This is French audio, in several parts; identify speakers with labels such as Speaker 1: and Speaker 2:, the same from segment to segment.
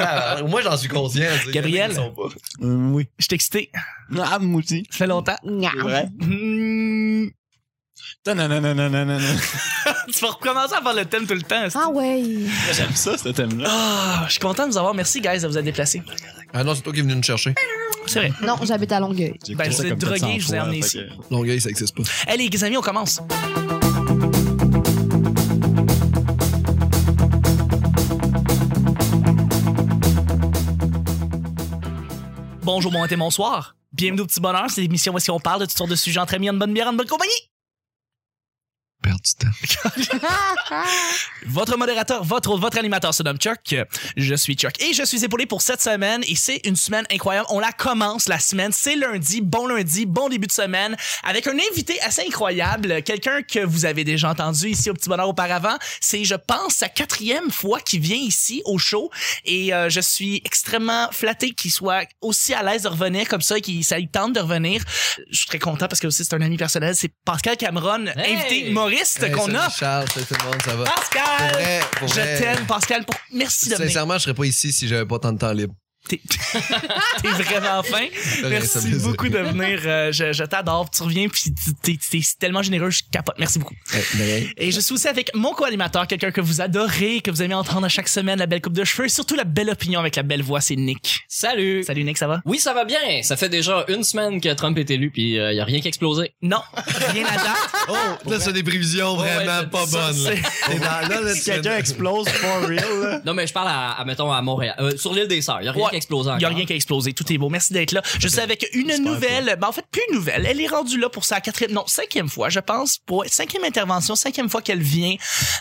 Speaker 1: Attends, moi, j'en suis conscient. tu sais,
Speaker 2: Gabriel?
Speaker 1: il y en a qui le sont pas.
Speaker 3: Euh, oui.
Speaker 2: Je suis excité.
Speaker 3: Ah, moi aussi.
Speaker 2: Ça fait longtemps.
Speaker 3: C'est vrai.
Speaker 2: Ah Mm.
Speaker 3: Tanananananana.
Speaker 2: tu vas recommencer à faire le thème tout le temps.
Speaker 4: Ah ouais.
Speaker 3: J'aime ça, ce thème-là.
Speaker 2: Ah, je suis content de vous avoir. Merci, guys, de vous être déplacés.
Speaker 1: Ah non, c'est toi qui es venu nous chercher.
Speaker 2: C'est vrai.
Speaker 4: Non, j'habite à Longueuil.
Speaker 3: J'ai
Speaker 2: Ben,
Speaker 3: écouté ça
Speaker 2: vous êtes
Speaker 3: comme
Speaker 2: drogués,
Speaker 3: 400
Speaker 2: je vous ai
Speaker 3: fois,
Speaker 2: emmené
Speaker 3: fait
Speaker 2: ici.
Speaker 3: que-
Speaker 1: Longueuil, ça existe pas.
Speaker 2: Hey, Eh, les amis, on commence. Bonjour, bon été, bonsoir. Bienvenue au Petit Bonheur, c'est l'émission où est-ce qu'on parle de toutes sortes de sujets entre amis, en bonne bière, en bonne compagnie.
Speaker 1: Perdre du temps.
Speaker 2: Votre modérateur, votre, votre animateur se nomme Chuck. Je suis Chuck et je suis épaulé pour cette semaine et c'est une semaine incroyable. On la commence la semaine, c'est lundi, bon lundi, bon début de semaine avec un invité assez incroyable, quelqu'un que vous avez déjà entendu ici au Petit Bonheur auparavant. C'est, je pense, sa quatrième fois qu'il vient ici au show et euh, je suis extrêmement flatté qu'il soit aussi à l'aise de revenir comme ça et qu'il ça lui tente de revenir. Je suis très content parce que aussi c'est un ami personnel, c'est Pascal Cameron,
Speaker 1: Hey!
Speaker 2: invité humoriste
Speaker 1: Hey,
Speaker 2: qu'on
Speaker 1: salut
Speaker 2: a.
Speaker 1: Charles, salut tout le monde, ça va.
Speaker 2: Pascal!
Speaker 1: Pour vrai, pour vrai, euh,
Speaker 2: Je t'aime, Pascal. Pour... Merci de venir.
Speaker 1: Sincèrement, je serais pas ici si j'avais pas tant de temps libre.
Speaker 2: T'es t'es vraiment fin.
Speaker 1: Ça aurait été
Speaker 2: Merci
Speaker 1: plaisir.
Speaker 2: beaucoup de venir. Euh, je je t'adore. Tu reviens, puis tu- t'es t'es tellement généreux, je capote. Merci beaucoup.
Speaker 1: Ouais, de rien.
Speaker 2: Et je suis aussi avec mon co-animateur, quelqu'un que vous adorez, que vous aimez entendre à chaque semaine, la belle coupe de cheveux, surtout la belle opinion avec la belle voix, c'est Nick.
Speaker 5: Salut.
Speaker 2: Salut Nick, ça va?
Speaker 5: Oui, ça va bien. Ça fait déjà une semaine que Trump est élu, puis il y a rien qui a explosé.
Speaker 2: Non, rien à date.
Speaker 1: Oh, là, c'est des prévisions vraiment
Speaker 5: Ouais,
Speaker 1: pas
Speaker 5: ça,
Speaker 1: bonnes. là.
Speaker 2: c'est-
Speaker 1: T'es dans- là, là, tu-
Speaker 3: Si quelqu'un explose for real, là.
Speaker 5: Non, mais je parle à, à, mettons, à Montréal, Euh, sur l'île des Sœurs. Il y a rien
Speaker 2: Ouais.
Speaker 5: qui a explosé.
Speaker 2: Il y a
Speaker 5: encore.
Speaker 2: rien qui a explosé. Tout est beau. Merci d'être là. Je suis avec une nouvelle. Ben, en fait, plus une nouvelle. Elle est rendue là pour sa quatrième, non, cinquième fois, je pense, pour cinquième intervention, cinquième fois qu'elle vient,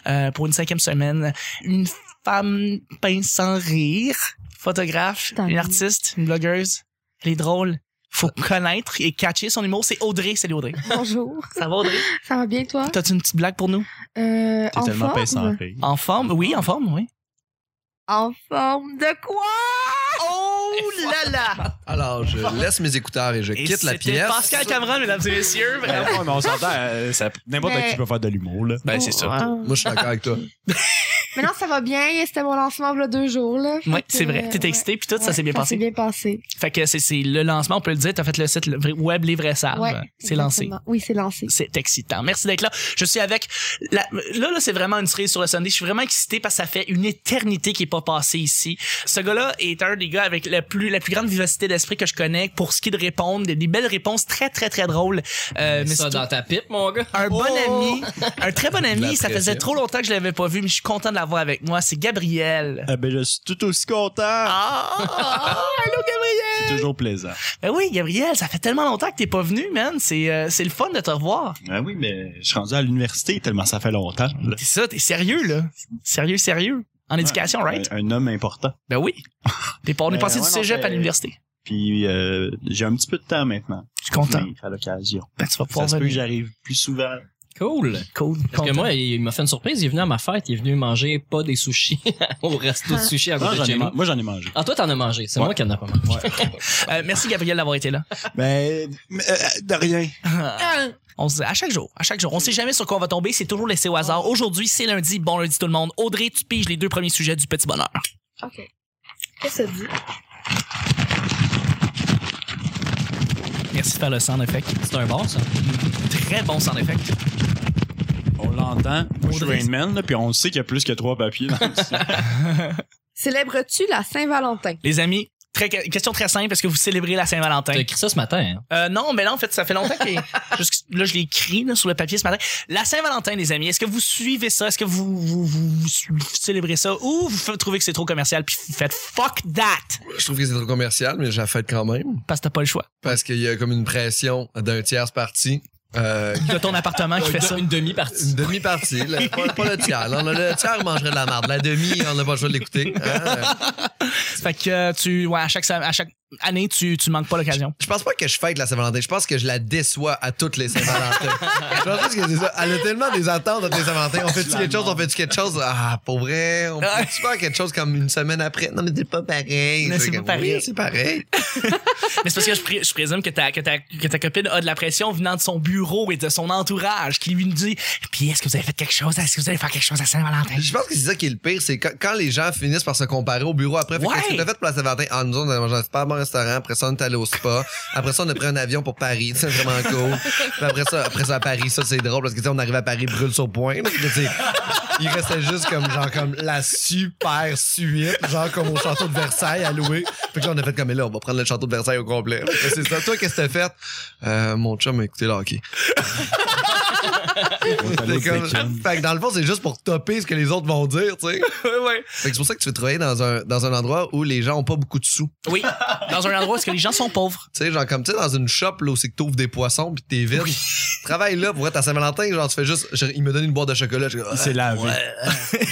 Speaker 2: euh, pour une cinquième semaine. Une femme pince sans rire, photographe,
Speaker 4: Tant
Speaker 2: une
Speaker 4: mieux.
Speaker 2: artiste, une blogueuse. Elle est drôle. Faut connaître et catcher son humour. C'est Audrey. Salut Audrey.
Speaker 4: Bonjour.
Speaker 2: Ça va Audrey?
Speaker 4: Ça va bien, toi?
Speaker 2: T'as-tu une petite blague pour nous?
Speaker 4: Euh,
Speaker 3: T'es
Speaker 4: en
Speaker 3: tellement
Speaker 4: forme?
Speaker 3: pincé en rire.
Speaker 2: En forme? Oui, en forme, oui.
Speaker 4: En forme de quoi?
Speaker 2: Oh là là!
Speaker 1: Alors, je laisse mes écouteurs et je
Speaker 2: Et
Speaker 1: quitte la
Speaker 2: c'était
Speaker 1: pièce.
Speaker 2: Pascal Cameron, mesdames et messieurs.
Speaker 3: Ben,
Speaker 2: Vraiment.
Speaker 3: ouais, mais on s'entend, euh, ça- n'importe
Speaker 4: Mais-
Speaker 3: qui peut faire de l'humour, là.
Speaker 2: Ben, c'est ça.
Speaker 4: Ah.
Speaker 1: Moi, je suis d'accord avec toi.
Speaker 4: Mais non, ça va bien. C'était mon lancement il y a deux jours, là. Fait
Speaker 2: Ouais,
Speaker 4: que,
Speaker 2: c'est vrai.
Speaker 4: euh,
Speaker 2: T'étais
Speaker 4: ouais.
Speaker 2: excité, puis tout, ça
Speaker 4: Ouais,
Speaker 2: s'est bien
Speaker 4: Ça
Speaker 2: passé.
Speaker 4: s'est bien passé.
Speaker 2: Fait que c'est- c'est le lancement, on peut le dire. T'as fait le site le vrai- web Les Vrais Sables.
Speaker 4: Ouais,
Speaker 2: Ah, ben, c'est lancé.
Speaker 4: exactement. Oui, c'est lancé.
Speaker 2: C'est excitant. Merci d'être là. Je suis avec. la- là, là, c'est vraiment une cerise sur le Sunday. Je suis vraiment excité parce que ça fait une éternité qui est pas passé ici. Ce gars-là est un des gars avec la plus, la plus grande vivacité d'esprit que je connais pour ce qui est de répondre. Des, des belles réponses très, très, très drôles. Euh, mais
Speaker 5: Ça
Speaker 2: surtout-
Speaker 5: dans Oh! ta pipe, mon gars.
Speaker 2: un bon ami, un très bon ami. Ça
Speaker 1: l'apprécie.
Speaker 2: faisait trop longtemps que je l'avais pas vu, mais je suis content de l'avoir avec moi. C'est Gabriel.
Speaker 3: Ah, ben, je suis tout aussi content.
Speaker 2: Ah!
Speaker 4: Oh!
Speaker 2: Allô, Gabriel!
Speaker 3: C'est toujours plaisant.
Speaker 2: Ben oui, Gabriel, ça fait tellement longtemps que t'es pas venu, man. C'est euh, c'est le fun de te revoir.
Speaker 3: Ah oui, mais je suis rendu à l'université tellement ça fait longtemps. là.
Speaker 2: Ben, C'est ça, t'es sérieux, là. Sérieux, sérieux. En éducation, right?
Speaker 3: Un, un homme important.
Speaker 2: Ben oui. T'es pas- on est
Speaker 3: Ben,
Speaker 2: passé
Speaker 3: ouais,
Speaker 2: du
Speaker 3: non,
Speaker 2: cégep
Speaker 3: c'est-
Speaker 2: à l'université.
Speaker 3: Puis euh, j'ai un petit peu de temps maintenant.
Speaker 2: Je suis content.
Speaker 3: Mais à l'occasion.
Speaker 2: Ben, tu vas pouvoir
Speaker 3: Ça se peut que
Speaker 2: venir.
Speaker 3: j'arrive plus souvent.
Speaker 5: Cool.
Speaker 2: Cool.
Speaker 5: Parce que
Speaker 2: Content.
Speaker 5: moi, il m'a fait une surprise. Il est venu à ma fête. Il est venu manger pas des sushis au resto de sushis à
Speaker 3: Non,
Speaker 5: côté
Speaker 3: j'en
Speaker 5: de
Speaker 3: ai
Speaker 5: chez
Speaker 3: man-
Speaker 5: nous.
Speaker 3: moi, j'en ai mangé.
Speaker 5: Ah, toi, t'en as mangé. C'est
Speaker 3: Ouais.
Speaker 5: moi qui en ai pas mangé.
Speaker 2: Euh, merci, Gabriel, d'avoir été là. Euh,
Speaker 3: Ben, mais, euh, de rien.
Speaker 2: on se dit à chaque jour, à chaque jour. On sait jamais sur quoi on va tomber. C'est toujours laissé au hasard. Aujourd'hui, c'est lundi. Bon lundi, tout le monde. Audrey, tu piges les deux premiers sujets du petit bonheur.
Speaker 4: OK. Qu'est-ce que ça dit?
Speaker 2: Merci de faire le sound effect.
Speaker 5: C'est un bon, ça.
Speaker 2: Très bon sound effect.
Speaker 3: On l'entend. Moi, je suis
Speaker 2: Audrey.
Speaker 3: Rain Man, là, puis on sait qu'il y a plus que trois papiers dans le sac.
Speaker 4: Célèbres-tu la Saint-Valentin?
Speaker 2: Les amis, très, question très simple. Est-ce que vous célébrez la Saint-Valentin?
Speaker 5: T'as écrit ça ce matin. hein?
Speaker 2: Euh, non, mais là, en fait, ça fait longtemps que jusqu'- là, je l'ai écrit là, sur le papier ce matin. La Saint-Valentin, les amis, est-ce que vous suivez ça? Est-ce que vous, vous, vous- vous su- célébrez ça? Ou vous f- trouvez que c'est trop commercial puis vous faites fuck that?
Speaker 1: Je trouve que c'est trop commercial, mais je la fête quand même.
Speaker 2: Parce que t'as pas le choix.
Speaker 1: Parce qu'il y a comme une pression d'un tiers parti. Euh,
Speaker 2: De ton appartement qui fait ça.
Speaker 5: Une demi-partie.
Speaker 1: une demi-partie, là, pas, pas le tiers. là. On a- le tiers mangerait de la merde. La demi, on n'a pas le choix de l'écouter. hein.
Speaker 2: Fait que euh, tu, ouais, à chaque, sa- à chaque année, tu, tu manques pas l'occasion.
Speaker 1: Je pense pas que je fête la Saint-Valentin. Je pense que je la déçois à toutes les Saint-Valentin. je pense juste que c'est ça. Elle a tellement des attentes à les Saint-Valentin. On fait-tu quelque chose? On fait-tu quelque chose? Ah, pour vrai? On fait-tu faire quelque chose comme une semaine après? Non, mais c'est pas pareil.
Speaker 2: Mais c'est
Speaker 1: que-
Speaker 2: pas pareil.
Speaker 1: Oui, c'est pareil.
Speaker 2: Mais c'est parce que je, pré- je présume que ta, que, ta, que ta copine a de la pression venant de son bureau et de son entourage qui lui dit Puis est-ce que vous avez fait quelque chose Est-ce que vous allez faire quelque chose à Saint-Valentin
Speaker 1: Je pense que c'est ça qui est le pire. C'est quand, quand les gens finissent par se comparer au bureau après. Fait que
Speaker 2: Ouais.
Speaker 1: Qu'est-ce que t'as fait pour la Saint-Valentin? Ah, nous, on a mangé un super bon restaurant. Après ça, on est allé au spa. Après ça, on a pris un avion pour Paris. C'est vraiment cool. Puis après ça, après ça, à Paris, ça, c'est drôle parce que, tu sais, on arrive à Paris, brûle sur point. là. Puis, tu sais, il restait juste comme, genre, comme la super suite, genre, comme au château de Versailles à louer. Fait que là, on a fait comme, mais là, on va prendre le château de Versailles au complet. Fait que C'est ça. Toi, qu'est-ce que t'as fait? Euh, mon chum a écouté le hockey.
Speaker 3: est allé au
Speaker 1: C'est comme-
Speaker 3: Bacon.
Speaker 1: Fait que dans le fond, c'est juste pour topper ce que les autres vont dire, tu sais.
Speaker 2: Ouais.
Speaker 1: Fait que c'est pour ça que tu veux travailler dans un, dans un endroit où les gens ont pas beaucoup de sous.
Speaker 2: Oui, dans un endroit où est-ce que les gens sont pauvres.
Speaker 1: Tu sais, genre comme tu sais, dans une shop là, où c'est que t'ouvres des poissons pis t'es vide. Travaille là pour être à Saint-Valentin, genre tu fais juste. je- il me donne une boîte de chocolat. Je, Ah,
Speaker 3: Il s'est lavé.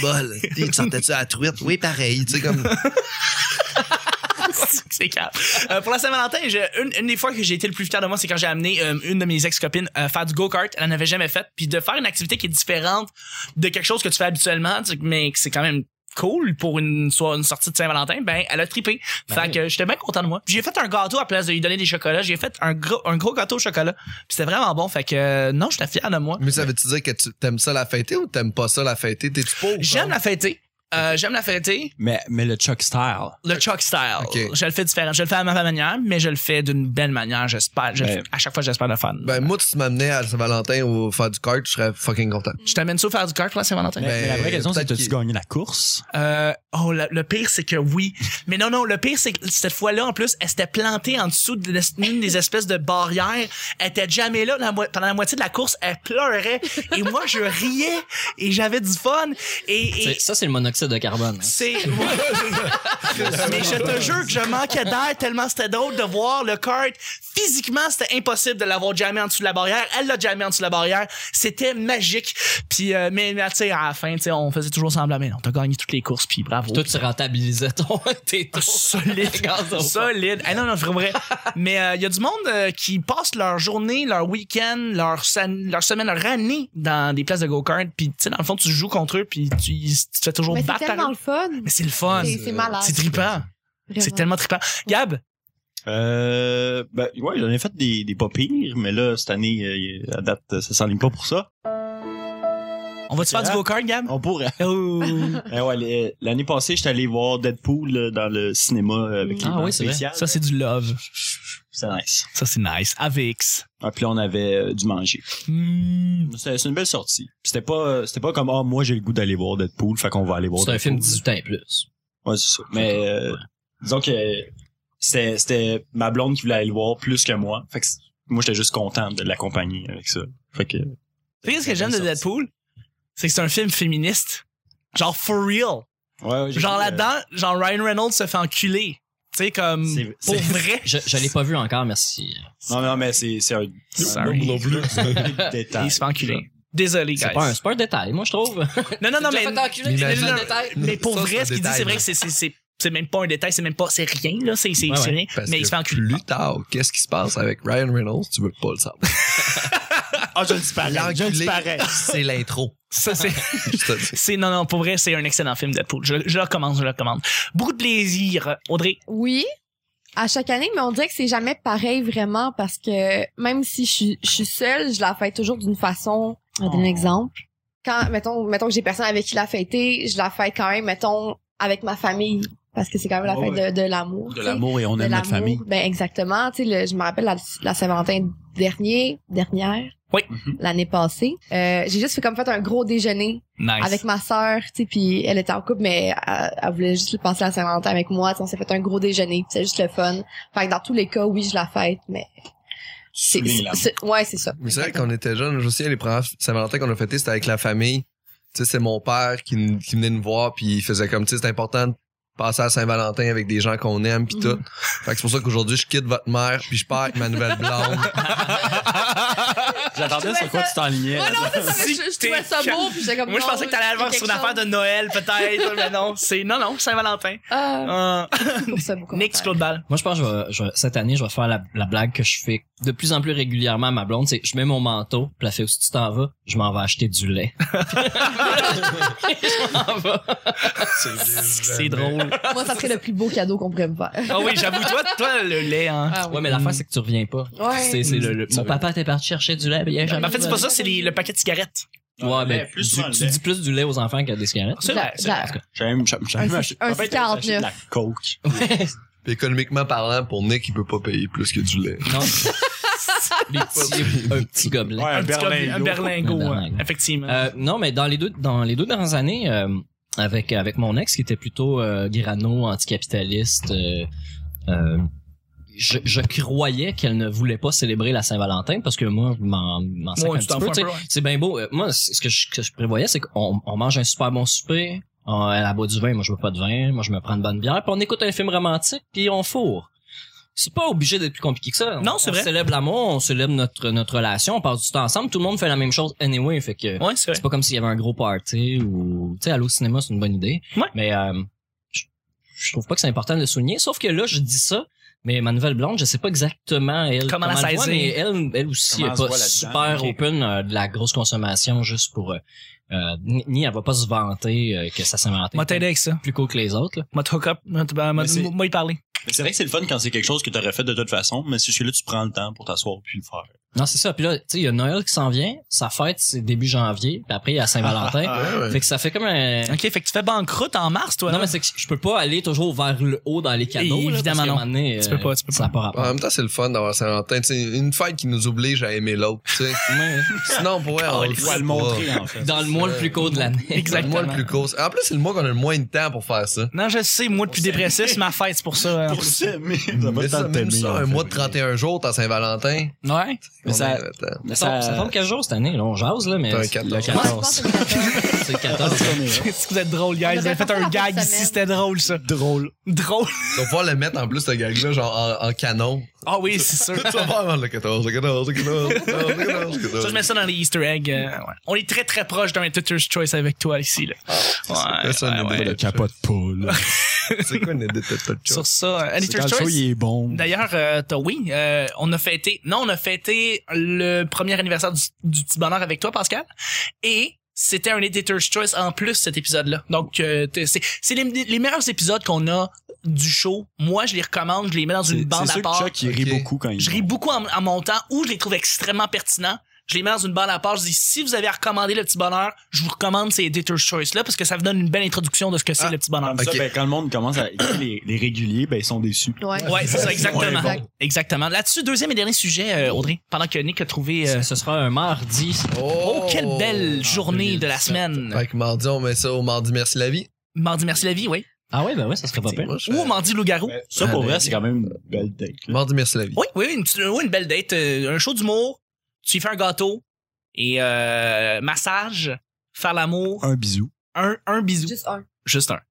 Speaker 1: bol. Tu sentais-tu à la truite? Oui, pareil. Tu sais, comme.
Speaker 2: c'est calme. Euh, pour la Saint-Valentin, je- une, une des fois que j'ai été le plus fier de moi, c'est quand j'ai amené euh, une de mes ex-copines euh, faire du go-kart. Elle en avait jamais fait. Puis de faire une activité qui est différente de quelque chose que tu fais habituellement, tu- mais que c'est quand même cool pour une, soit une sortie de Saint-Valentin, ben elle a trippé. fait
Speaker 5: oui.
Speaker 2: que j'étais bien content de moi. Puis J'ai fait un gâteau à place de lui donner des chocolats. J'ai fait un gros, un gros gâteau au chocolat. Puis c'était vraiment bon. Fait que euh, non, j'étais fier de moi.
Speaker 1: Mais ça veut-tu dire que tu t'aimes ça la fêter ou t'aimes pas ça la fêter? T'es-tu pauvre?
Speaker 2: J'aime la fêter. Euh, j'aime la fêter.
Speaker 3: Mais, mais le Chuck Style.
Speaker 2: Le Chuck style.
Speaker 1: Ok.
Speaker 2: Je le fais différent. Je le fais à ma manière, mais je le fais d'une belle manière, j'espère. Je le
Speaker 3: Ben.
Speaker 2: fais- à chaque fois, j'espère le faire.
Speaker 1: Ben, moi, si tu m'amenais à Saint-Valentin ou faire du kart, je serais fucking content.
Speaker 2: je t'amène ça faire du kart pour la Saint-Valentin.
Speaker 3: Mais,
Speaker 1: Ben,
Speaker 3: mais la vraie question, c'est
Speaker 1: peut-être
Speaker 3: t'as-tu
Speaker 1: qu'il-
Speaker 3: gagné la course?
Speaker 2: Euh, oh, la- le pire, c'est que oui. Mais non, non, le pire, c'est que cette fois-là, en plus, elle s'était plantée en dessous de l'es- d'une des espèces de barrières. Elle était jamais là. La mo- pendant la moitié de la course, elle pleurait. Et moi, je riais. Et j'avais du fun. Et, et
Speaker 5: C'est- Ça, c'est le monoxyde de carbone. hein.
Speaker 2: c'est... Mais je te jure que je manquais d'air tellement c'était drôle de voir le kart. Physiquement, c'était impossible de l'avoir jamais en dessous de la barrière. Elle l'a jamais en dessous de la barrière. C'était magique. Puis, euh, mais, mais, tu sais, à la fin, tu sais, on faisait toujours semblant. Mais non, t'as gagné toutes les courses, puis bravo.
Speaker 5: Toi, tu rentabilisais ton, tes taux.
Speaker 2: Solide,
Speaker 5: Gazon.
Speaker 2: solide. Ah non, non, vrai, vrai. Mais il y a du monde euh, qui passe leur journée, leur week-end, leur, sen- leur semaine, leur année dans des places de go-kart. Puis, tu sais, dans le fond, tu joues contre eux, puis tu, ils- tu te fais toujours
Speaker 4: Mais c'est
Speaker 2: battre. par
Speaker 4: tellement
Speaker 2: eux.
Speaker 4: le fun.
Speaker 2: Mais c'est le fun.
Speaker 4: C'est c'est malade.
Speaker 2: Ah, euh, C'est trippant. C'est
Speaker 4: vraiment.
Speaker 2: tellement trippant. Gab,
Speaker 3: Euh, ben, ouais, j'en ai fait des, des pas pires, mais là, cette année, euh, à date, euh, ça s'enligne pas pour ça.
Speaker 2: on va-tu faire du
Speaker 3: Gab?
Speaker 2: go-kart, Gab?
Speaker 3: On pourrait.
Speaker 2: Oh.
Speaker 3: Ben ouais, les- l'année passée, j'étais allé voir Deadpool euh, dans le cinéma euh, avec les
Speaker 5: Ah
Speaker 3: bandes
Speaker 5: oui, c'est vrai.
Speaker 3: spéciales.
Speaker 2: Ça, c'est du love.
Speaker 3: C'est nice.
Speaker 2: Ça, c'est nice. Avix.
Speaker 3: Ah, puis là, on avait euh, du manger.
Speaker 2: Hmm.
Speaker 3: C'était c'est une belle sortie. Puis C'était pas, euh, c'était pas comme, ah, moi, j'ai le goût d'aller voir Deadpool, fait qu'on va aller voir
Speaker 5: C'est un
Speaker 3: Deadpool.
Speaker 5: film 18 ans et plus.
Speaker 3: Ouais, c'est ça. Mais, euh, disons que c'était, c'était ma blonde qui voulait aller le voir plus que moi. Fait que c'est- moi, j'étais juste content de l'accompagner avec ça. Fait que.
Speaker 2: Tu sais ce que j'aime de
Speaker 3: Sorti.
Speaker 2: Deadpool? C'est que c'est un film féministe. Genre, for real.
Speaker 3: Ouais, ouais, j'ai
Speaker 2: Genre
Speaker 3: vu, euh,
Speaker 2: là-dedans, genre Ryan Reynolds se fait enculer. Tu sais, comme,
Speaker 3: C'est-
Speaker 2: pour
Speaker 3: c'est-
Speaker 2: vrai.
Speaker 5: Je, je l'ai pas vu encore, merci.
Speaker 3: Non, non, mais c'est, c'est un.
Speaker 2: Sorry.
Speaker 3: Non, non plus. C'est un détail.
Speaker 2: Il se fait enculer. Désolé, guys.
Speaker 5: C'est pas, un- c'est pas un détail, moi, je trouve.
Speaker 2: Non, non, non, mais,
Speaker 5: Déjà fait enculer,
Speaker 1: mais
Speaker 5: c'est
Speaker 1: imagine-
Speaker 5: déjà un détail.
Speaker 2: mais pour
Speaker 1: Ça,
Speaker 2: vrai,
Speaker 1: un
Speaker 2: ce qu'il dit,
Speaker 1: détail,
Speaker 2: c'est vrai
Speaker 1: là.
Speaker 2: que c'est, c'est, c'est, c'est même pas un détail, c'est même pas, c'est rien, là, c'est, c'est,
Speaker 5: Ouais,
Speaker 2: c'est
Speaker 5: ouais.
Speaker 2: rien.
Speaker 1: Parce
Speaker 2: mais il
Speaker 1: que
Speaker 2: se fait enculer.
Speaker 1: Plus tard, qu'est-ce qui se passe avec Ryan Reynolds? Tu veux pas le savoir.
Speaker 3: Ah, je le dis pareil. Je le
Speaker 1: L'enculé,
Speaker 3: dis pareil.
Speaker 1: c'est l'intro.
Speaker 2: Ça, c'est,
Speaker 1: Je te le dis.
Speaker 2: c'est, non, non, pour vrai, c'est un excellent film Deadpool. Je, je le recommande, je le recommande. Beaucoup de plaisir. Audrey,
Speaker 4: Oui. À chaque année, mais on dirait que c'est jamais pareil vraiment parce que même si je suis, je suis seule, je la fête toujours d'une façon. Je vais donner un
Speaker 2: Oh.
Speaker 4: exemple. Quand, mettons, mettons que j'ai personne avec qui la fêter, je la fête quand même, mettons, avec ma famille parce que c'est quand même la
Speaker 3: Ah Ouais,
Speaker 4: fête de, de l'amour.
Speaker 3: De
Speaker 4: tu sais.
Speaker 3: l'amour et on
Speaker 4: de
Speaker 3: aime notre
Speaker 4: l'amour.
Speaker 3: famille.
Speaker 4: Ben exactement. Tu sais, le- je me rappelle la, la Saint-Valentin dernier, dernière.
Speaker 2: Oui.
Speaker 3: Mhm.
Speaker 4: L'année passée, euh, j'ai juste fait comme fait un gros déjeuner
Speaker 2: nice.
Speaker 4: avec ma sœur, tu sais, puis elle était en couple, mais elle, elle voulait juste le passer la Saint-Valentin avec moi. Tu sais, on s'est fait un gros déjeuner, puis c'est juste le fun. Fait que dans tous les cas, oui, je la fête, mais c'est,
Speaker 3: Souligner l'amour.
Speaker 4: c'est- ouais, c'est ça.
Speaker 1: Mais c'est vrai qu'on était jeunes. Je me souviens, les premières Saint-Valentin qu'on a fêté, c'était avec la famille. Tu sais, c'est mon père qui, n- qui venait nous voir, puis il faisait comme, tu sais, c'est important de passer à Saint-Valentin avec des gens qu'on aime puis tout. Fait que c'est pour ça qu'aujourd'hui je quitte votre mère puis je pars avec ma nouvelle blonde.
Speaker 3: J'attendais sur quoi tu t'enlignais.
Speaker 4: Ouais,
Speaker 3: là.
Speaker 4: non, c'est ça, mais je, je trouvais ça
Speaker 2: Si
Speaker 4: beau, puis j'étais comme.
Speaker 2: Moi, je pensais que t'allais avoir sur une affaire de Noël, peut-être, mais non, c'est, non, non, Saint-Valentin.
Speaker 4: Ah,
Speaker 2: Euh,
Speaker 4: je trouve ça beaucoup.
Speaker 2: Nick, tu Claude Ball.
Speaker 5: Moi, je pense que je vais- je vais- cette année, je vais faire la, la blague que je fais de plus en plus régulièrement à ma blonde. C'est je mets mon manteau, puis elle fait si tu t'en vas, je m'en vais acheter du lait. je m'en vais.
Speaker 2: C'est drôle.
Speaker 4: Moi, ça serait le plus beau cadeau qu'on pourrait me faire.
Speaker 2: Ah oui, j'avoue, toi, toi, le lait, hein.
Speaker 4: Ah,
Speaker 5: Ouais, mais l'affaire, c'est que tu reviens pas.
Speaker 2: Ah,
Speaker 4: Ouais.
Speaker 5: C'est, c'est le, le-
Speaker 1: Ça
Speaker 5: mon
Speaker 1: veut-
Speaker 5: papa était parti chercher du lait. puis il a
Speaker 2: Mais
Speaker 5: jamais
Speaker 2: en fait, c'est pas ça, c'est les- le paquet de cigarettes.
Speaker 5: Ouais,
Speaker 3: Le
Speaker 5: mais
Speaker 3: lait, plus
Speaker 5: tu,
Speaker 3: souvent le
Speaker 5: tu
Speaker 3: lait.
Speaker 5: dis plus du lait aux enfants qu'à des cigarettes.
Speaker 2: C'est
Speaker 4: La-
Speaker 2: vrai, c'est
Speaker 4: la-
Speaker 2: vrai.
Speaker 3: J'ai même, j'ai j'ai même
Speaker 4: Un
Speaker 3: acheté.
Speaker 4: six-
Speaker 2: Ah,
Speaker 4: un
Speaker 2: ben,
Speaker 3: peut-être
Speaker 4: six quarante-neuf.
Speaker 3: acheté de la coke.
Speaker 1: Puis économiquement parlant, pour Nick, il peut pas payer plus que du lait.
Speaker 5: Non. Des petits- un petit gobelet.
Speaker 3: Ouais, un
Speaker 2: petit gobelet-
Speaker 3: berlingot.
Speaker 2: Un berlingot,
Speaker 5: Un
Speaker 2: hein,
Speaker 5: berlingot.
Speaker 2: effectivement.
Speaker 5: Euh, non, mais dans les deux, dans les deux dernières années, euh, avec avec mon ex qui était plutôt euh, Girano, anticapitaliste, euh, euh, je, je croyais qu'elle ne voulait pas célébrer la Saint-Valentin parce que moi, je m'en m'en sac
Speaker 2: Ouais,
Speaker 5: un
Speaker 2: tu
Speaker 5: petit
Speaker 2: t'en
Speaker 5: peu.
Speaker 2: fous un
Speaker 5: tu sais.
Speaker 2: peu, ouais.
Speaker 5: C'est bien beau. Euh, Moi, c'est- ce que je, que je prévoyais, c'est qu'on on mange un super bon souper. on- elle a boit du vin, moi je veux pas de vin, moi je me prends une bonne bière, puis on écoute un film romantique, puis on fourre. C'est pas obligé d'être plus compliqué que ça.
Speaker 2: Non,
Speaker 5: On-
Speaker 2: c'est
Speaker 5: on
Speaker 2: vrai.
Speaker 5: célèbre l'amour, on célèbre notre notre relation, on passe du temps ensemble, tout le monde fait la même chose anyway, fait que
Speaker 2: ouais, c'est vrai.
Speaker 5: c'est pas comme s'il y avait un gros party ou tu sais aller au cinéma c'est une bonne idée
Speaker 2: Ouais.
Speaker 5: mais euh, je, je trouve pas que c'est important de le souligner sauf que là je dis ça mais ma nouvelle blonde je sais pas exactement elle
Speaker 2: Comment la
Speaker 5: elle, voit,
Speaker 2: saisir.
Speaker 5: mais elle elle aussi
Speaker 3: Comment
Speaker 5: est
Speaker 3: elle se
Speaker 5: pas
Speaker 3: voit là-dedans,
Speaker 5: super
Speaker 3: ok.
Speaker 5: open euh, de la grosse consommation juste pour euh, euh, ni, ni elle va pas se vanter euh, que ça s'est vanté
Speaker 2: Moi, t'aider avec ça.
Speaker 5: plus cool que les autres là.
Speaker 2: Moi, te hook up. Moi, te- moi,
Speaker 3: Mais c'est-
Speaker 2: moi, y parler.
Speaker 3: Mais c'est vrai que c'est le fun quand c'est quelque chose que t'aurais fait de toute façon, mais c'est celui-là, tu prends le temps pour t'asseoir puis le faire.
Speaker 5: non c'est ça puis là tu sais il y a Noël qui s'en vient sa fête c'est début janvier puis après il y a Saint-Valentin fait que ça fait comme un
Speaker 2: Ok, fait que tu fais banqueroute en mars, toi.
Speaker 5: non
Speaker 2: là.
Speaker 5: mais c'est que je peux pas aller toujours vers le haut dans les cadeaux là, parce
Speaker 2: Évidemment,
Speaker 5: qu'à un
Speaker 2: non.
Speaker 5: moment donné,
Speaker 2: Tu
Speaker 5: euh,
Speaker 2: peux pas, tu peux
Speaker 5: ça
Speaker 2: pas.
Speaker 5: n'a pas rapport
Speaker 1: En même temps, c'est le fun d'avoir Saint-Valentin. C'est une fête qui nous oblige à aimer l'autre. tu sais.
Speaker 3: Ah.
Speaker 5: Ouais.
Speaker 1: Sinon, pour
Speaker 2: Oh,
Speaker 1: elle, on le
Speaker 3: Il faut
Speaker 1: fait
Speaker 3: Oh, le montrer, hein. en fait.
Speaker 5: Dans le mois le plus court de l'année.
Speaker 1: pas. C'est le
Speaker 2: Exactement.
Speaker 1: mois le plus court. En plus, c'est le mois qu'on a le moins de temps pour faire ça.
Speaker 2: Non, je sais, moi, le plus
Speaker 3: On s'est-
Speaker 2: dépressif, c'est ma fête, c'est pour ça. euh,
Speaker 3: Pour ça, mais ça va
Speaker 1: Mais
Speaker 3: pas
Speaker 1: ça,
Speaker 3: tant
Speaker 1: même
Speaker 3: t'aimer,
Speaker 1: ça,
Speaker 3: en
Speaker 1: un
Speaker 3: fait.
Speaker 1: mois de 31 jours, t'as Saint-Valentin.
Speaker 2: Ouais.
Speaker 3: Mais ça-
Speaker 1: Combien de temps?
Speaker 3: Mais
Speaker 5: Ça, tombe- ça tombe quel jour cette année? Là, on jase, là, mais.
Speaker 1: T'as un
Speaker 5: c'est-
Speaker 1: 14.
Speaker 5: Le
Speaker 4: Ouais, je pense
Speaker 5: 14.
Speaker 4: que c'est le 14.
Speaker 5: C'est le 14.
Speaker 6: euh,
Speaker 2: Si vous êtes drôle,
Speaker 4: On
Speaker 2: guys. Vous
Speaker 4: devrait
Speaker 2: avez fait
Speaker 4: faire ça
Speaker 2: un
Speaker 4: la
Speaker 2: gag
Speaker 4: fin de
Speaker 2: ici,
Speaker 4: semaine.
Speaker 2: c'était drôle, ça.
Speaker 3: Drôle.
Speaker 2: Drôle.
Speaker 1: Tu vas pouvoir le mettre en plus, ce gag-là, genre en, en canon.
Speaker 2: Ah oui, c'est sûr.
Speaker 1: tu vas pouvoir le 14, le 14, le 14, le 14, le 14, le 14.
Speaker 2: Ça, je mets ça dans les Easter eggs. euh, ouais. On est très, très proche d'un Tutor's Choice avec toi ici, là.
Speaker 6: Ah,
Speaker 2: Ouais,
Speaker 1: ça,
Speaker 2: ouais,
Speaker 1: une
Speaker 2: ouais.
Speaker 1: idée.
Speaker 6: Le capote poule.
Speaker 1: C'est quoi une idée de top
Speaker 2: Sur ça, euh, un
Speaker 6: C'est Quand le
Speaker 2: Tutor's
Speaker 6: show,
Speaker 2: Choice.
Speaker 6: il est bon.
Speaker 2: D'ailleurs, euh, t'as- oui, euh, on a fêté, non, on a fêté le premier anniversaire du, du petit bonheur avec toi, Pascal. Et c'était un Editor's Choice en plus, cet épisode-là. Donc, euh, t'es- c'est c'est les, les meilleurs épisodes qu'on a du show. Moi, je les recommande, je les mets dans une
Speaker 6: C'est
Speaker 2: bande à
Speaker 6: sûr que
Speaker 2: part.
Speaker 6: Chuck, il rit
Speaker 1: Ok.
Speaker 6: beaucoup quand il
Speaker 2: Je ris beaucoup en, en montant ou je les trouve extrêmement pertinents. Je les mets dans une bande à part. Je dis, si vous avez à recommander le petit bonheur, je vous recommande ces Editor's Choice-là parce que ça vous donne une belle introduction de ce que c'est
Speaker 1: Ah,
Speaker 2: le petit bonheur.
Speaker 3: Comme ça,
Speaker 1: Ok.
Speaker 3: ben, quand le monde commence à écouter les, les réguliers, ben, ils sont déçus.
Speaker 4: Ouais.
Speaker 2: Ouais, c'est ça, exactement.
Speaker 4: Exact.
Speaker 2: Exactement. Là-dessus, deuxième et dernier sujet, euh, Audrey, pendant que Nick a trouvé... euh,
Speaker 5: Ce sera un mardi.
Speaker 2: Oh, quelle
Speaker 1: Ah,
Speaker 2: belle journée de la
Speaker 5: 2017.
Speaker 2: semaine.
Speaker 1: Fait que mardi, on met ça au mardi, merci la vie.
Speaker 2: Mardi merci la vie, oui.
Speaker 5: Ah ouais, ben ouais, ça serait pas pire.
Speaker 1: Moi, je
Speaker 2: Ou
Speaker 1: fais-
Speaker 2: mardi loup-garou.
Speaker 3: Ben, Ça, pour vrai, c'est quand même une belle date. là.
Speaker 1: Mardi, merci la vie.
Speaker 2: Oui, oui, oui, une, petite- oui, une belle date. euh, Un show d'humour, tu y fais un gâteau et euh, massage, faire l'amour,
Speaker 6: Un bisou.
Speaker 2: un, un bisou. Juste,
Speaker 4: Juste un.
Speaker 2: un.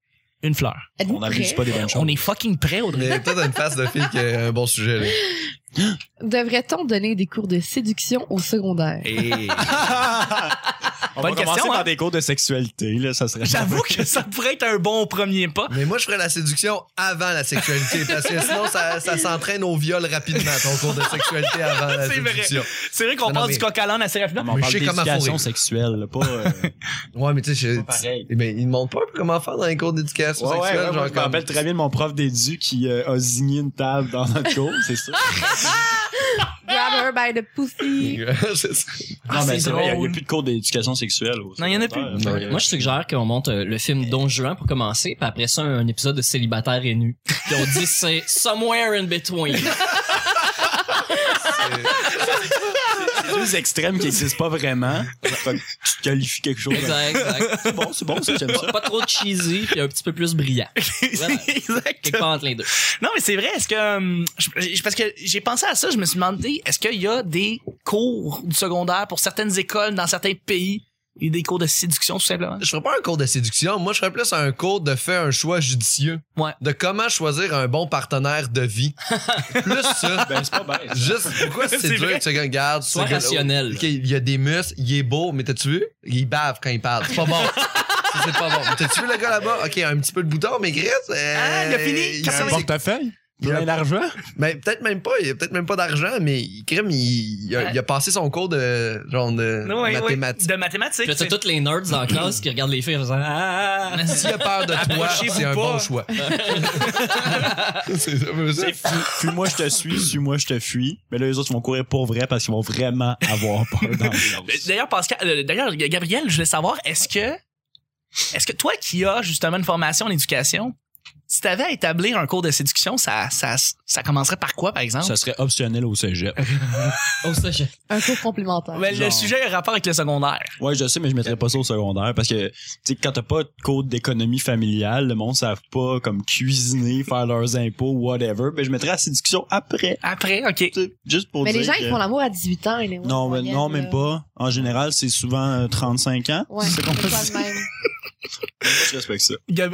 Speaker 2: Une fleur.
Speaker 4: Êtes-vous
Speaker 3: On n'abuse
Speaker 4: prêts?
Speaker 3: pas des bonnes choses.
Speaker 2: On est fucking prêt, Audrey.
Speaker 1: Mais peut-être une face de fille qui a un bon sujet, là.
Speaker 4: Devrait-on donner des cours de séduction au secondaire?
Speaker 3: On
Speaker 2: Bonne
Speaker 3: va commencer
Speaker 2: question, hein.
Speaker 3: par des cours de sexualité, là, ça serait...
Speaker 2: J'avoue que ça pourrait être un bon premier pas.
Speaker 1: Mais moi, je ferais la séduction avant la sexualité, parce que sinon, ça, ça s'entraîne au viol rapidement, ton cours de sexualité avant la
Speaker 2: C'est vrai.
Speaker 1: séduction.
Speaker 2: C'est vrai qu'on
Speaker 1: Non,
Speaker 2: parle
Speaker 1: mais-
Speaker 2: du coq à l'âne assez rapidement.
Speaker 3: Mais on
Speaker 1: Mais
Speaker 3: parle
Speaker 1: je sais comment
Speaker 3: d'éducation
Speaker 1: fourrer.
Speaker 3: sexuelle, là, pas... euh,
Speaker 1: Ouais, mais tu sais, je-
Speaker 3: Pas pareil.
Speaker 1: mais ils ne montrent pas un peu comment faire dans les cours d'éducation
Speaker 3: Ouais, ouais,
Speaker 1: sexuelle,
Speaker 3: ouais,
Speaker 1: genre
Speaker 3: moi, je me
Speaker 1: comme-
Speaker 3: rappelle très bien de mon prof d'édu qui euh, a zigné une table dans notre cours, c'est ça.
Speaker 4: Grab her by the pussy.
Speaker 1: C'est ça.
Speaker 2: Ah,
Speaker 3: non, mais
Speaker 2: c'est
Speaker 3: c'est vrai, il n'y a,
Speaker 2: drôle.
Speaker 3: plus de cours d'éducation sexuelle. au
Speaker 2: Non, il y en a
Speaker 3: secondaire.
Speaker 1: plus.
Speaker 3: Fait que-
Speaker 1: Ouais.
Speaker 5: Moi, je suggère qu'on monte euh, le film Don Juan pour commencer, puis après ça, un épisode de Célibataire et nu. Puis on dit c'est Somewhere in Between.
Speaker 3: C'est deux extrêmes qui n'existent pas vraiment. Fait que tu te qualifies quelque chose.
Speaker 5: Exact, exact.
Speaker 3: C'est bon, c'est bon, ça, j'aime ça.
Speaker 5: Pas trop cheesy, puis un petit peu plus brillant. Voilà.
Speaker 2: Exactement.
Speaker 5: Quelque part entre les deux.
Speaker 2: Non, mais c'est vrai. Est-ce que euh, je- je- parce que j'ai pensé à ça, je me suis demandé est-ce qu'il y a des cours du secondaire pour certaines écoles dans certains pays Et des cours de séduction, tout simplement.
Speaker 1: Je ferais pas un cours de séduction. Moi, je ferais plus un cours de faire un choix judicieux.
Speaker 2: Ouais.
Speaker 1: De comment choisir un bon partenaire de vie. plus ça.
Speaker 3: Ben, c'est pas bête.
Speaker 1: Juste, pourquoi
Speaker 2: C'est
Speaker 1: c'est dur
Speaker 2: vrai.
Speaker 1: que tu regardes,
Speaker 5: Sois
Speaker 1: ce gars-là-
Speaker 5: rationnel.
Speaker 1: Ok, il y a des muscles, il est beau, mais t'as-tu vu? Il bave quand il parle. C'est pas bon. Ça, c'est pas bon. T'as-tu vu le gars là-bas? Ok, un petit peu de bouton, mais Chris. euh,
Speaker 2: Ah, il a fini.
Speaker 1: il
Speaker 2: Qu'est-ce
Speaker 1: a-
Speaker 2: que c'est?
Speaker 6: Portefeuille?
Speaker 1: il a-
Speaker 6: Plein d'argent?
Speaker 1: Mais peut-être même pas, il a peut-être même pas d'argent, mais il crime, il, il a, il a passé son cours de genre de
Speaker 2: Ouais, ouais.
Speaker 1: mathématiques.
Speaker 2: De mathématiques.
Speaker 5: Puis là, t'as
Speaker 2: c'est-
Speaker 5: toutes les nerds dans la classe qui regardent les filles en faisant Ah!
Speaker 1: S'il a peur de toi,
Speaker 2: Approchez-vous
Speaker 1: c'est un
Speaker 2: pas.
Speaker 1: bon choix. c'est ça, mais ça.
Speaker 3: C'est fu- fuis-moi, je te suis, suis-moi, je te fuis. Mais là, les autres ils vont courir pour vrai parce qu'ils vont vraiment avoir peur
Speaker 2: Mais
Speaker 3: dans l'ambulance.
Speaker 2: D'ailleurs, Pascal, euh, d'ailleurs, Gabriel, je voulais savoir, est-ce que, est-ce que toi qui as justement une formation en éducation, si t'avais à établir un cours de séduction, ça, ça, ça commencerait par quoi, par exemple?
Speaker 3: Ça serait optionnel au cégep.
Speaker 5: Oh, ça, je-
Speaker 4: Un cours complémentaire.
Speaker 2: Ben, le
Speaker 3: genre-
Speaker 2: sujet a rapport avec le secondaire.
Speaker 3: Ouais, je sais, mais je mettrais pas ça au secondaire parce que, tu sais, quand t'as pas de code d'économie familiale, le monde savent pas comme cuisiner, faire leurs impôts, whatever. Ben, je mettrais la séduction après.
Speaker 2: Après, OK.
Speaker 3: tu sais, Juste pour
Speaker 4: mais
Speaker 3: dire
Speaker 4: les gens,
Speaker 3: que-
Speaker 4: ils font l'amour à 18 ans. anyway, en
Speaker 3: Non, mais,
Speaker 4: moyenne,
Speaker 3: non, même
Speaker 4: là.
Speaker 3: pas. En général, c'est souvent euh, 35 ans.
Speaker 4: Ouais,
Speaker 3: c'est
Speaker 4: c'est
Speaker 3: comme
Speaker 4: pas
Speaker 3: ça.
Speaker 4: le même.
Speaker 3: Je respecte ça.
Speaker 2: Gab-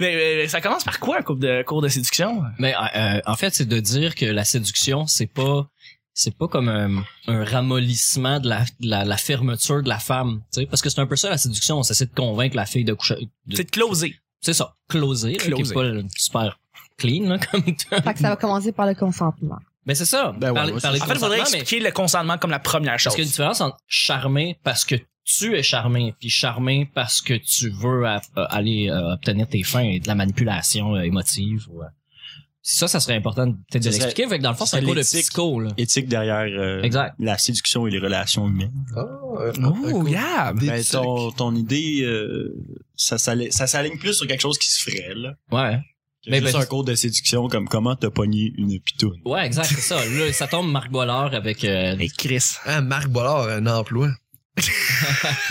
Speaker 2: mais, mais, ça commence par quoi, un cours de, cours de séduction?
Speaker 5: Mais euh, euh, en fait, c'est de dire que la séduction, c'est pas c'est pas comme un, un ramollissement de la, de la, la fermeture de la femme, tu sais, parce que c'est un peu ça la séduction, on essaie de convaincre la fille de coucher. de-
Speaker 2: C'est de closer.
Speaker 5: C'est ça, closer, là, qui
Speaker 2: Closer.
Speaker 5: est pas le- super clean là, comme terme.
Speaker 4: Fait que ça va commencer par le consentement.
Speaker 5: Mais c'est ça.
Speaker 3: Ben ouais,
Speaker 5: parler,
Speaker 3: ouais,
Speaker 2: En
Speaker 5: parler de
Speaker 2: fait, il faudrait
Speaker 5: consentement, mais
Speaker 2: expliquer le consentement comme la première chose.
Speaker 5: parce qu'il y a une différence entre charmer parce que tu es charmé, puis charmer parce que tu veux a- euh, aller euh, obtenir tes fins et de la manipulation euh, émotive. ou, euh. Ça, ça serait important peut-être de
Speaker 3: Ce serait-
Speaker 5: l'expliquer. Fait que dans le fond,
Speaker 3: ce
Speaker 5: c'est un
Speaker 3: serait
Speaker 5: cours de
Speaker 3: l'éthique.
Speaker 5: psycho. Là.
Speaker 3: Éthique derrière euh,
Speaker 5: Exact.
Speaker 3: la séduction et les relations humaines.
Speaker 1: Oh, un- un
Speaker 2: Oh,
Speaker 1: cours
Speaker 2: Gab!
Speaker 1: d'éthique.
Speaker 3: Ben, ton, ton idée, euh, ça, s'allait- ça s'aligne plus sur quelque chose qui se ferait, là.
Speaker 5: Ouais.
Speaker 3: Que
Speaker 5: Mais
Speaker 3: juste
Speaker 5: ben-
Speaker 3: un cours de séduction comme comment t'as pogné une pitoune.
Speaker 5: Ouais, exact, c'est ça. Là, ça tombe Marc Bollard avec euh,
Speaker 2: Hey, Chris.
Speaker 1: Ah, Marc Bollard, un emploi.
Speaker 3: C'est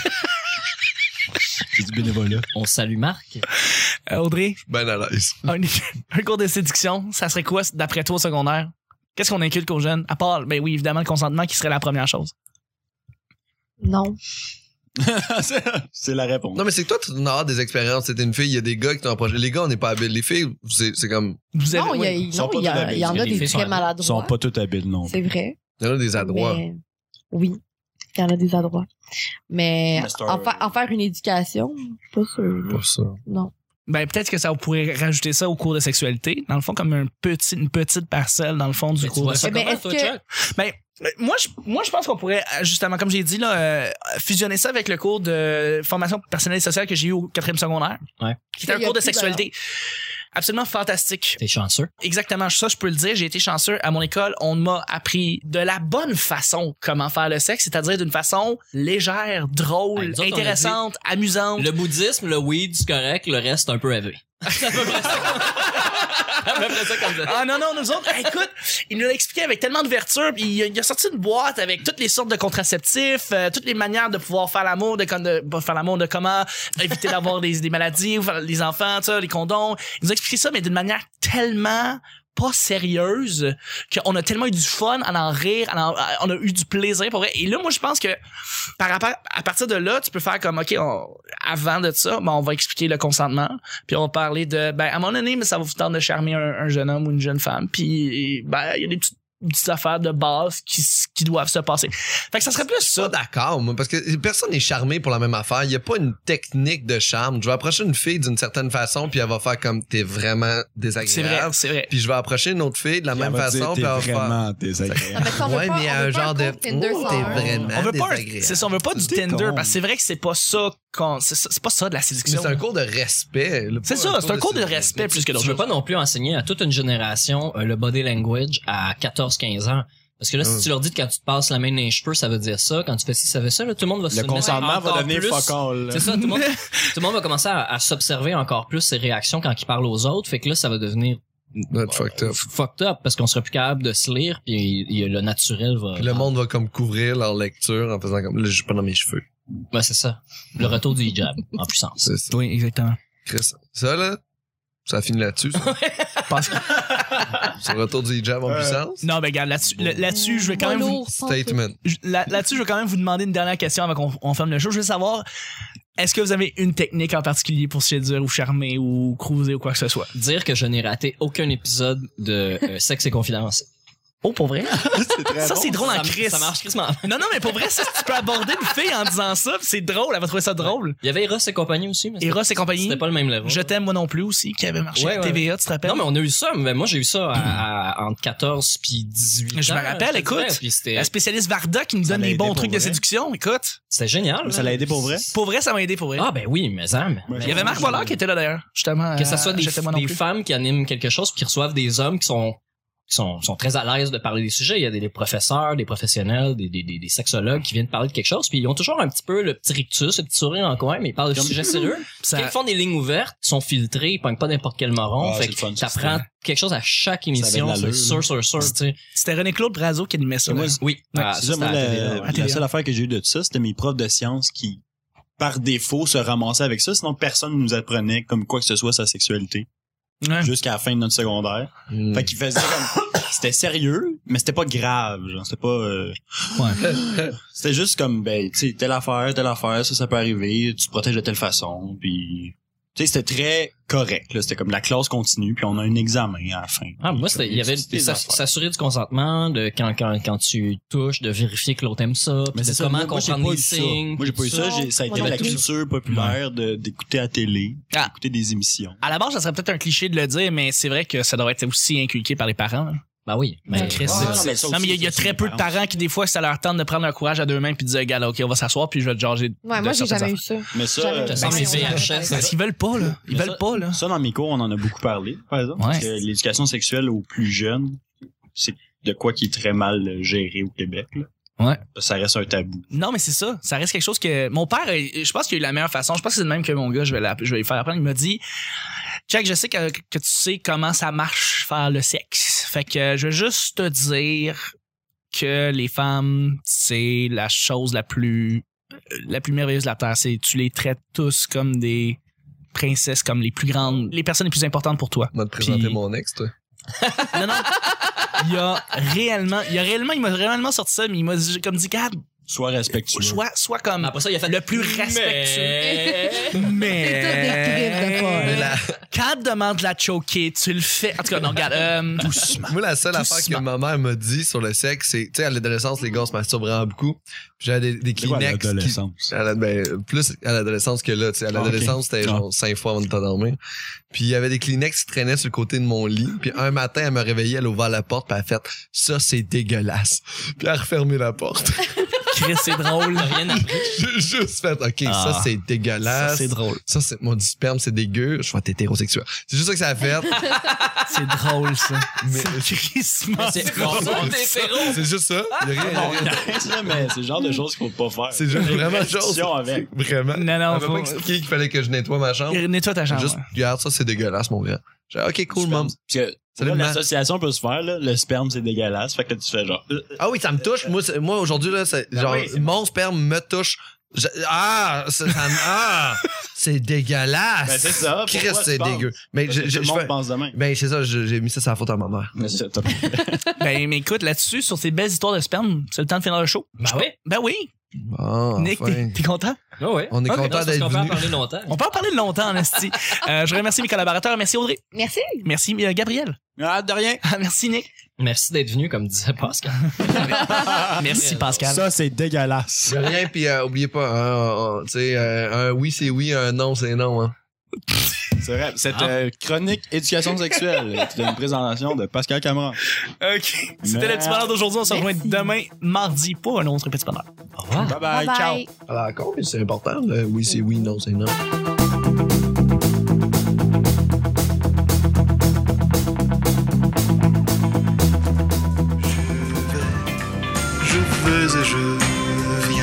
Speaker 3: du bénévolat.
Speaker 5: On salue Marc.
Speaker 2: Euh, Audrey,
Speaker 1: Je suis Ben à l'aise.
Speaker 2: un, un cours de séduction, ça serait quoi, d'après toi, au secondaire? Qu'est-ce qu'on inculque aux jeunes? À part, ben oui, évidemment, le consentement qui serait la première chose.
Speaker 4: Non.
Speaker 3: Ah, C'est- c'est la réponse.
Speaker 1: Non, mais c'est que toi, tu en as des expériences. C'était une fille, il y a des gars qui t'ont approché. Les gars, on n'est pas habiles. Les filles, c'est c'est comme.
Speaker 2: Vous avez-
Speaker 4: Non, il y, a-
Speaker 2: oui.
Speaker 4: non,
Speaker 3: sont pas
Speaker 4: il y a-
Speaker 3: tous habiles.
Speaker 4: il y en
Speaker 5: Il y a
Speaker 4: a
Speaker 5: des
Speaker 4: des
Speaker 5: filles qui
Speaker 4: très
Speaker 5: sont habiles.
Speaker 3: Ils sont
Speaker 4: maladroits.
Speaker 3: pas tous habiles non
Speaker 4: C'est vrai.
Speaker 1: Il y en a des adroits.
Speaker 4: Mais- Oui. Il y en a des adroits. Mais
Speaker 3: Mais c'est un-
Speaker 4: en, fa- en faire une éducation, je suis pas sûr.
Speaker 1: Pour ça.
Speaker 4: Non.
Speaker 2: Ben, peut-être que ça on pourrait rajouter ça au cours de sexualité, dans le fond, comme un petit, une petite parcelle, dans le fond, du
Speaker 5: Mais tu
Speaker 2: cours
Speaker 5: vois
Speaker 2: de
Speaker 5: ça
Speaker 4: Eh ben,
Speaker 5: comment,
Speaker 4: est-ce
Speaker 5: toi,
Speaker 4: que-
Speaker 5: Chuck?
Speaker 2: Mais Moi, je, moi, je pense qu'on pourrait, euh, justement, comme j'ai dit, là, euh, fusionner ça avec le cours de formation personnelle et sociale que j'ai eu au quatrième secondaire.
Speaker 5: Ouais.
Speaker 2: Qui était un
Speaker 4: Il y a
Speaker 2: cours de
Speaker 4: plus
Speaker 2: sexualité. Absolument fantastique.
Speaker 5: T'es chanceux.
Speaker 2: Exactement, ça, je peux le dire. J'ai été chanceux. À mon école, on m'a appris de la bonne façon comment faire le sexe, c'est-à-dire d'une façon légère,
Speaker 5: Ouais,
Speaker 2: drôle,
Speaker 5: Ben, nous autres, on a
Speaker 2: intéressante, amusante.
Speaker 5: Le bouddhisme, le weed, c'est correct, le reste, un peu élevé. C'est à peu près ça. À peu près ça comme ça.
Speaker 2: Ah non, non, nous autres, hey, écoute, il nous l'a expliqué avec tellement d'ouverture, puis il a, il a sorti une boîte avec toutes les sortes de contraceptifs, euh, toutes les manières de pouvoir faire l'amour, de, con- de pas faire l'amour, de comment éviter d'avoir des, des maladies, ou faire les enfants, ça, les condoms. Il nous a expliqué ça, mais d'une manière tellement pas sérieuse qu'on a tellement eu du fun à en rire, à en- à- on a eu du plaisir pour vrai. Et là, moi, je pense que par rapport à partir de là, tu peux faire comme ok, on- avant de ça, ben, on va expliquer le consentement, puis on va parler de ben à un moment donné, mais ça va vous tenter de charmer un, un jeune homme ou une jeune femme, puis ben il y a des petites, petites affaires de base qui, s- qui doivent se passer. Fait que ça serait plus
Speaker 1: Je suis pas
Speaker 2: ça.
Speaker 1: d'accord, moi, parce que personne n'est charmé pour la même affaire. Il n'y a pas une technique de charme. Je vais approcher une fille d'une certaine façon, puis elle va faire comme t'es vraiment
Speaker 2: C'est vrai,
Speaker 1: désagréable.
Speaker 2: c'est vrai.
Speaker 1: Puis je vais approcher une autre fille de la
Speaker 3: Elle
Speaker 1: même
Speaker 3: va dire,
Speaker 1: façon, puis
Speaker 3: t'es
Speaker 1: elle va faire.
Speaker 3: vraiment
Speaker 4: Non,
Speaker 3: désagréable.
Speaker 4: Ah, mais ça, on veut
Speaker 1: Ouais,
Speaker 4: pas-
Speaker 1: mais
Speaker 4: on
Speaker 1: un
Speaker 4: veut pas
Speaker 1: genre de-
Speaker 4: cours Tinder
Speaker 1: Oh,
Speaker 4: sans
Speaker 1: t'es
Speaker 4: heure.
Speaker 1: vraiment-
Speaker 2: On veut pas,
Speaker 1: désagréable.
Speaker 2: c'est ça, on veut pas du
Speaker 3: T'es
Speaker 2: Tinder
Speaker 3: con.
Speaker 2: parce que c'est vrai que c'est pas ça qu'on, c'est, ça- c'est pas ça de la
Speaker 1: Mais
Speaker 2: séduction.
Speaker 1: c'est un cours de respect. là,
Speaker 2: C'est
Speaker 1: pas
Speaker 2: ça, c'est un cours de respect
Speaker 1: séduction.
Speaker 2: plus que
Speaker 5: Je
Speaker 2: d'autres
Speaker 5: veux
Speaker 2: choses.
Speaker 5: pas non plus enseigner à toute une génération euh, le body language à 14-15 ans. Parce que là,
Speaker 1: Mm.
Speaker 5: si tu leur dis que quand tu te passes la main dans les cheveux, ça veut dire ça. Quand tu fais ci, ça veut ça. Là, tout le monde va se
Speaker 3: Le
Speaker 5: mettre
Speaker 3: consentement va
Speaker 5: encore
Speaker 3: devenir
Speaker 5: plus-
Speaker 3: fuck all.
Speaker 5: C'est ça, tout le monde, tout le monde va commencer à, à s'observer encore plus ses réactions quand il parle aux autres. Fait que là, ça va devenir
Speaker 1: Not fucked up.
Speaker 5: f- fucked up parce qu'on sera plus capable de se lire puis il- il- le naturel va.
Speaker 1: Puis le monde va comme couvrir leur lecture en faisant comme là, j'ai pas dans mes cheveux.
Speaker 5: Ouais, c'est ça. Le retour du hijab en puissance.
Speaker 1: C'est ça.
Speaker 2: Oui, exactement.
Speaker 1: Chris, ça là, ça finit là-dessus. ça.
Speaker 2: Parce-
Speaker 1: Sur le retour du hijab en
Speaker 3: Euh,
Speaker 1: puissance?
Speaker 2: Non, mais regarde, là-dessus, là- là-dessus, je vais quand
Speaker 4: Pas
Speaker 2: même vous,
Speaker 4: lourd, pas tout.
Speaker 1: Statement.
Speaker 2: je- là- là-dessus, je vais quand même vous demander une dernière question avant qu'on on ferme le show. Je veux savoir, est-ce que vous avez une technique en particulier pour séduire ou charmer ou cruiser ou quoi que ce soit?
Speaker 5: Dire que je n'ai raté aucun épisode de euh, Sexe et Confidence.
Speaker 2: Oh, pour vrai?
Speaker 3: c'est très
Speaker 2: Ça,
Speaker 3: bon.
Speaker 2: c'est drôle en
Speaker 5: ça,
Speaker 2: crise.
Speaker 5: ça marche crissement.
Speaker 2: Non, non, mais pour vrai, ça, tu peux aborder une fille en disant ça, pis c'est drôle, elle va trouver ça drôle.
Speaker 5: Il y avait Eros et compagnie aussi, mais
Speaker 2: Et Ross et compagnie,
Speaker 5: c'était pas le même level.
Speaker 2: Je t'aime moi non plus aussi, qui avait marché
Speaker 5: Ouais,
Speaker 2: à
Speaker 5: ouais,
Speaker 2: TVA, tu te rappelles?
Speaker 5: Non, mais on a eu ça. Mais moi, j'ai eu ça à- à- entre 14 puis 18 ans.
Speaker 2: Je me rappelle,
Speaker 5: te dirais,
Speaker 2: écoute.
Speaker 5: puis c'était
Speaker 2: La spécialiste Varda qui nous
Speaker 3: Ça
Speaker 2: donne
Speaker 3: l'a
Speaker 2: des
Speaker 3: aidé
Speaker 2: bons
Speaker 3: pour
Speaker 2: trucs de
Speaker 3: vrai.
Speaker 2: séduction, écoute.
Speaker 5: c'était génial.
Speaker 3: Ça
Speaker 5: là.
Speaker 3: l'a aidé pour vrai?
Speaker 2: Pour vrai, ça m'a aidé pour vrai.
Speaker 5: Ah ben oui, mais ça. mais-
Speaker 3: Ouais.
Speaker 2: Il y avait Marc Waller qui était là d'ailleurs, justement.
Speaker 5: Que ça soit
Speaker 2: euh,
Speaker 5: des,
Speaker 2: Je t'aime moi non
Speaker 5: des
Speaker 2: plus.
Speaker 5: femmes qui animent quelque chose puis qui reçoivent des hommes qui sont qui sont, sont très à l'aise de parler des sujets. Il y a des, des professeurs, des professionnels, des, des, des, des sexologues qui viennent parler de quelque chose, puis ils ont toujours un petit peu le petit rictus, le petit sourire en coin, mais ils parlent de
Speaker 3: Comme-
Speaker 5: sujets sérieux.
Speaker 2: Ça-
Speaker 5: Ils font des lignes ouvertes, ils sont filtrés, ils pognent pas n'importe quel moron.
Speaker 3: Ah,
Speaker 5: fait
Speaker 3: c'est le fun,
Speaker 5: que
Speaker 3: ça,
Speaker 5: t'apprends quelque chose à chaque émission.
Speaker 3: l'allure,
Speaker 5: C'est sûr, sûr, sûr. tu sais.
Speaker 2: C'était René-Claude Brazo qui animait ça.
Speaker 3: Moi,
Speaker 2: là.
Speaker 5: Oui.
Speaker 2: Ouais,
Speaker 5: Ah,
Speaker 3: C'est
Speaker 5: ça,
Speaker 3: ça,
Speaker 5: c'était
Speaker 3: moi,
Speaker 5: à la télé,
Speaker 3: la,
Speaker 5: ouais.
Speaker 2: ouais.
Speaker 3: la
Speaker 2: TVA.
Speaker 3: seule affaire que j'ai eue de ça, c'était mes profs de sciences qui, par défaut, se ramassaient avec ça. Sinon, personne ne nous apprenait comme quoi que ce soit sa sexualité
Speaker 2: Ouais.
Speaker 3: jusqu'à la fin de notre secondaire. Fait
Speaker 1: Mm.
Speaker 3: qu'ils faisaient comme... C'était sérieux, mais c'était pas grave. genre, C'était pas... euh, C'était juste comme, ben, tu sais, telle affaire, telle affaire, ça, ça peut arriver, tu te protèges de telle façon, puis... Tu sais, c'était très correct, là. C'était comme la classe continue, puis on a un examen à la fin.
Speaker 5: Ah, moi, c'était, il y avait
Speaker 3: C'était des
Speaker 5: s'ass-
Speaker 3: affaires.
Speaker 5: s'assurer du consentement, de quand, quand, quand tu touches, de vérifier que l'autre aime ça, puis
Speaker 3: Mais
Speaker 5: de
Speaker 3: c'est ça,
Speaker 5: comment
Speaker 3: moi, moi, j'ai
Speaker 5: comprendre
Speaker 3: pas
Speaker 5: les
Speaker 3: eu ça.
Speaker 5: signes.
Speaker 3: Moi, j'ai pas eu ça. j'ai- Ça a été
Speaker 4: Moi non
Speaker 3: la
Speaker 4: plus.
Speaker 3: culture populaire de- d'écouter à la télé, puis
Speaker 2: Ah.
Speaker 3: d'écouter des émissions.
Speaker 2: À la base, ça serait peut-être un cliché de le dire, mais c'est vrai que ça doit être aussi inculqué par les parents. hein.
Speaker 5: Bah oui, mais
Speaker 4: Ouais.
Speaker 5: Chris,
Speaker 3: Ah,
Speaker 5: c'est-
Speaker 3: non, mais ça
Speaker 2: Non, mais il y a-
Speaker 3: aussi,
Speaker 2: il y a
Speaker 3: ça,
Speaker 2: très
Speaker 3: c'est
Speaker 2: peu de
Speaker 3: marrant.
Speaker 2: parents qui, des fois, ça leur tente de prendre leur courage à deux mains puis de dire, gars, là, OK, on va s'asseoir puis je vais te jaser.
Speaker 4: Ouais,
Speaker 2: de
Speaker 4: moi, j'ai
Speaker 2: certaines
Speaker 4: jamais eu
Speaker 2: affaires.
Speaker 4: ça.
Speaker 3: Mais ça,
Speaker 4: Jamais
Speaker 3: euh,
Speaker 4: eu
Speaker 5: ça
Speaker 4: ça.
Speaker 5: semble
Speaker 4: Ouais,
Speaker 5: les
Speaker 4: on
Speaker 5: VHS,
Speaker 4: a
Speaker 5: ça
Speaker 2: Parce qu'ils veulent pas, là. Ils
Speaker 5: Mais
Speaker 2: veulent
Speaker 5: ça-
Speaker 2: pas, là.
Speaker 3: ça, dans mes cours, on en a beaucoup parlé, par exemple. Parce
Speaker 2: Ouais.
Speaker 3: que l'éducation sexuelle aux plus jeunes, c'est de quoi qui est très mal euh, géré au Québec. là.
Speaker 2: Ouais.
Speaker 3: Ça reste un tabou.
Speaker 2: Non, mais c'est ça. Ça reste quelque chose que mon père, euh, je pense qu'il a eu la meilleure façon. Je pense que c'est le même que mon gars. Je vais, la- je vais lui faire apprendre. Il m'a dit, Jack, je sais que, que tu sais comment ça marche faire le sexe. Fait que je vais juste te dire que les femmes, c'est la chose la plus, euh, la plus merveilleuse de la terre. C'est, tu les traites tous comme des princesses, comme les plus grandes, les personnes les plus importantes pour toi.
Speaker 1: On va te présenter
Speaker 2: Puis-
Speaker 1: mon ex, toi.
Speaker 2: Non, non. Il y a réellement, il y a réellement, il m'a réellement sorti ça, mais il m'a dit- comme dit, garde,
Speaker 3: Sois respectueux.
Speaker 2: sois, sois comme
Speaker 5: après ça, il a fait
Speaker 2: le plus respectueux. Mais.
Speaker 1: Mais
Speaker 4: Ouais.
Speaker 1: la-
Speaker 2: Quand te demande de la choquer, tu le fais. En tout cas, non, regarde. euh,
Speaker 1: Moi, la seule affaire que ma mère m'a dit sur le sexe, c'est, tu sais, à l'adolescence, les gars se masturbent vraiment beaucoup. Puis J'avais des, des
Speaker 3: C'est quoi,
Speaker 1: Kleenex. qui-
Speaker 3: l'adolescence?
Speaker 1: à la- ben, plus à l'adolescence que là, tu sais. À
Speaker 3: Ah,
Speaker 1: l'adolescence,
Speaker 3: ok.
Speaker 1: c'était genre cinq fois avant de t'endormir. Puis il y avait des Kleenex qui traînaient sur le côté de mon lit. Puis un matin, elle me réveillait, elle a ouvert la porte, puis elle a fait « Ça, c'est dégueulasse. » Puis elle a refermé la porte.
Speaker 2: Chris, c'est drôle.
Speaker 5: rien appris.
Speaker 1: J'ai juste fait « OK, ça,
Speaker 5: Ah.
Speaker 1: c'est dégueulasse.
Speaker 2: Ça, c'est drôle.
Speaker 1: Ça, c'est mon du sperme, c'est dégueu. Je vais être hétérosexuel. » C'est juste ça que ça a fait.
Speaker 2: C'est drôle, ça.
Speaker 1: mais
Speaker 2: C'est crissement
Speaker 5: C'est
Speaker 2: drôle.
Speaker 5: ça, t'es féro.
Speaker 1: c'est juste ça. Il y a rien- il
Speaker 3: Ah,
Speaker 1: y a rien.
Speaker 3: Ça, mais c'est le genre de choses qu'il faut pas faire.
Speaker 1: C'est juste vraiment chose.
Speaker 3: Discussion avec.
Speaker 1: Vraiment.
Speaker 2: Non, non,
Speaker 1: Elle m'a
Speaker 2: faut-
Speaker 1: pas expliqué qu'il fallait que je nettoie ma chambre.
Speaker 2: Nettoie ta chambre.
Speaker 1: Juste, regarde, ça, c'est dégueulasse, mon gars. J'ai dit, OK, cool, mom.
Speaker 3: Parce que
Speaker 1: Salut,
Speaker 3: là,
Speaker 1: maman.
Speaker 3: l'association peut se faire, là. Le sperme, c'est dégueulasse. Fait que tu fais genre. euh,
Speaker 1: Ah oui, ça me touche. Moi, c'est- moi aujourd'hui, là, c'est
Speaker 3: Ben
Speaker 1: genre,
Speaker 3: oui, c'est-
Speaker 1: mon sperme me touche. Je- ah, ça, ça me- ah, c'est dégueulasse.
Speaker 3: Ben, c'est ça, pourquoi
Speaker 1: Christ,
Speaker 3: tu
Speaker 1: c'est
Speaker 3: penses?
Speaker 1: dégueu. Mais
Speaker 3: parce
Speaker 1: je,
Speaker 3: que
Speaker 1: je,
Speaker 3: tout
Speaker 1: je
Speaker 3: le monde
Speaker 1: fais-
Speaker 3: pense demain.
Speaker 1: ben, c'est ça, je- j'ai mis ça sur la faute à ma mère.
Speaker 3: Mais c'est- t'as-
Speaker 2: Ben, mais écoute, là-dessus, sur ces belles histoires de sperme, c'est le temps de finir le show.
Speaker 5: Bah oui.
Speaker 2: Ben oui.
Speaker 1: Bon,
Speaker 2: Nick,
Speaker 1: enfin.
Speaker 2: t'es- t'es content?
Speaker 5: Ah ouais.
Speaker 1: On est
Speaker 5: Ah
Speaker 1: content
Speaker 5: oui, non, c'est parce
Speaker 1: d'être
Speaker 5: qu'on peut en
Speaker 1: venu.
Speaker 5: parler longtemps.
Speaker 2: On peut en parler longtemps, en esti. Euh, je remercie mes collaborateurs. Merci, Audrey.
Speaker 4: Merci.
Speaker 2: Merci, euh, Gabriel.
Speaker 3: Ah, de rien.
Speaker 2: Merci, Nick.
Speaker 5: Merci d'être venu, comme disait Pascal.
Speaker 2: Merci, Pascal.
Speaker 3: c'est dégueulasse.
Speaker 1: Y a rien, puis euh, oubliez pas, hein, euh, tu sais, euh, un oui, c'est oui, un non, c'est non. Hein.
Speaker 3: C'est vrai. Cette
Speaker 5: Ah.
Speaker 3: euh, chronique éducation sexuelle est une présentation de Pascal Cameron.
Speaker 2: OK. C'était le petit bonheur d'aujourd'hui. On se retrouve
Speaker 4: Merci.
Speaker 2: demain, mardi, pour un autre petit bonheur.
Speaker 5: Au revoir.
Speaker 3: Bye
Speaker 4: Bye
Speaker 3: bye. Ciao.
Speaker 4: bye.
Speaker 1: Alors, encore, mais c'est important, le oui, c'est oui, non, c'est non.
Speaker 6: Je vais et je viens.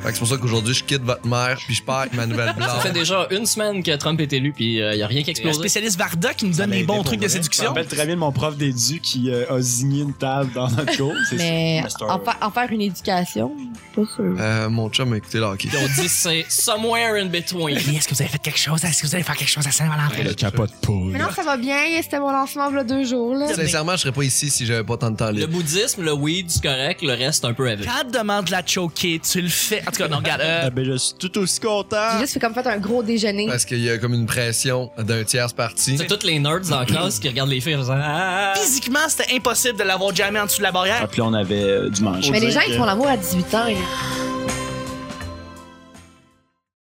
Speaker 1: Fait que c'est pour ça qu'aujourd'hui, je quitte votre mère, puis je pars avec ma nouvelle
Speaker 5: Ça fait
Speaker 1: blonde.
Speaker 5: déjà une semaine que Trump est élu, puis euh, il n'y a rien qui
Speaker 2: Le
Speaker 5: explose.
Speaker 2: spécialiste Varda qui nous donne les bons trucs de
Speaker 3: Je
Speaker 2: séduction.
Speaker 3: me rappelle très bien de mon prof d'édu qui euh, a zigné une table dans notre cours. C'est
Speaker 4: Mais
Speaker 3: c'est un-
Speaker 4: en, fa- en faire une éducation, pas sûr.
Speaker 1: Euh, mon chum a écouté le hockey.
Speaker 5: Ils ont dit c'est somewhere in between.
Speaker 2: Rémi, est-ce que vous avez fait quelque chose? Est-ce que vous allez faire quelque chose à Saint-Valentin?
Speaker 6: Le capote poule.
Speaker 4: Mais non, ça va bien. C'était mon lancement, là, deux jours, là.
Speaker 1: Sincèrement, je serais pas ici si j'avais pas tant de temps
Speaker 5: Le
Speaker 1: libre.
Speaker 5: bouddhisme, le weed, c'est correct, le reste un peu avec.
Speaker 2: Quand elle te demande la choquer, tu le fais. En tout cas, non, regarde. euh,
Speaker 3: Ah, ben, je suis tout aussi
Speaker 4: J'ai
Speaker 3: content.
Speaker 4: juste fait comme fait un gros déjeuner.
Speaker 1: Parce qu'il y a comme une pression d'un tiers parti.
Speaker 5: C'est toutes les nerds dans la classe qui regardent les filles en faisant Ah!
Speaker 2: physiquement, c'était impossible de l'avoir jamais en dessous de la barrière.
Speaker 3: Ah, puis là, on avait euh, du manche.
Speaker 4: Mais les gens,
Speaker 3: Faut
Speaker 4: ils
Speaker 3: dire
Speaker 4: font
Speaker 3: que-
Speaker 4: l'amour à 18 ans. là.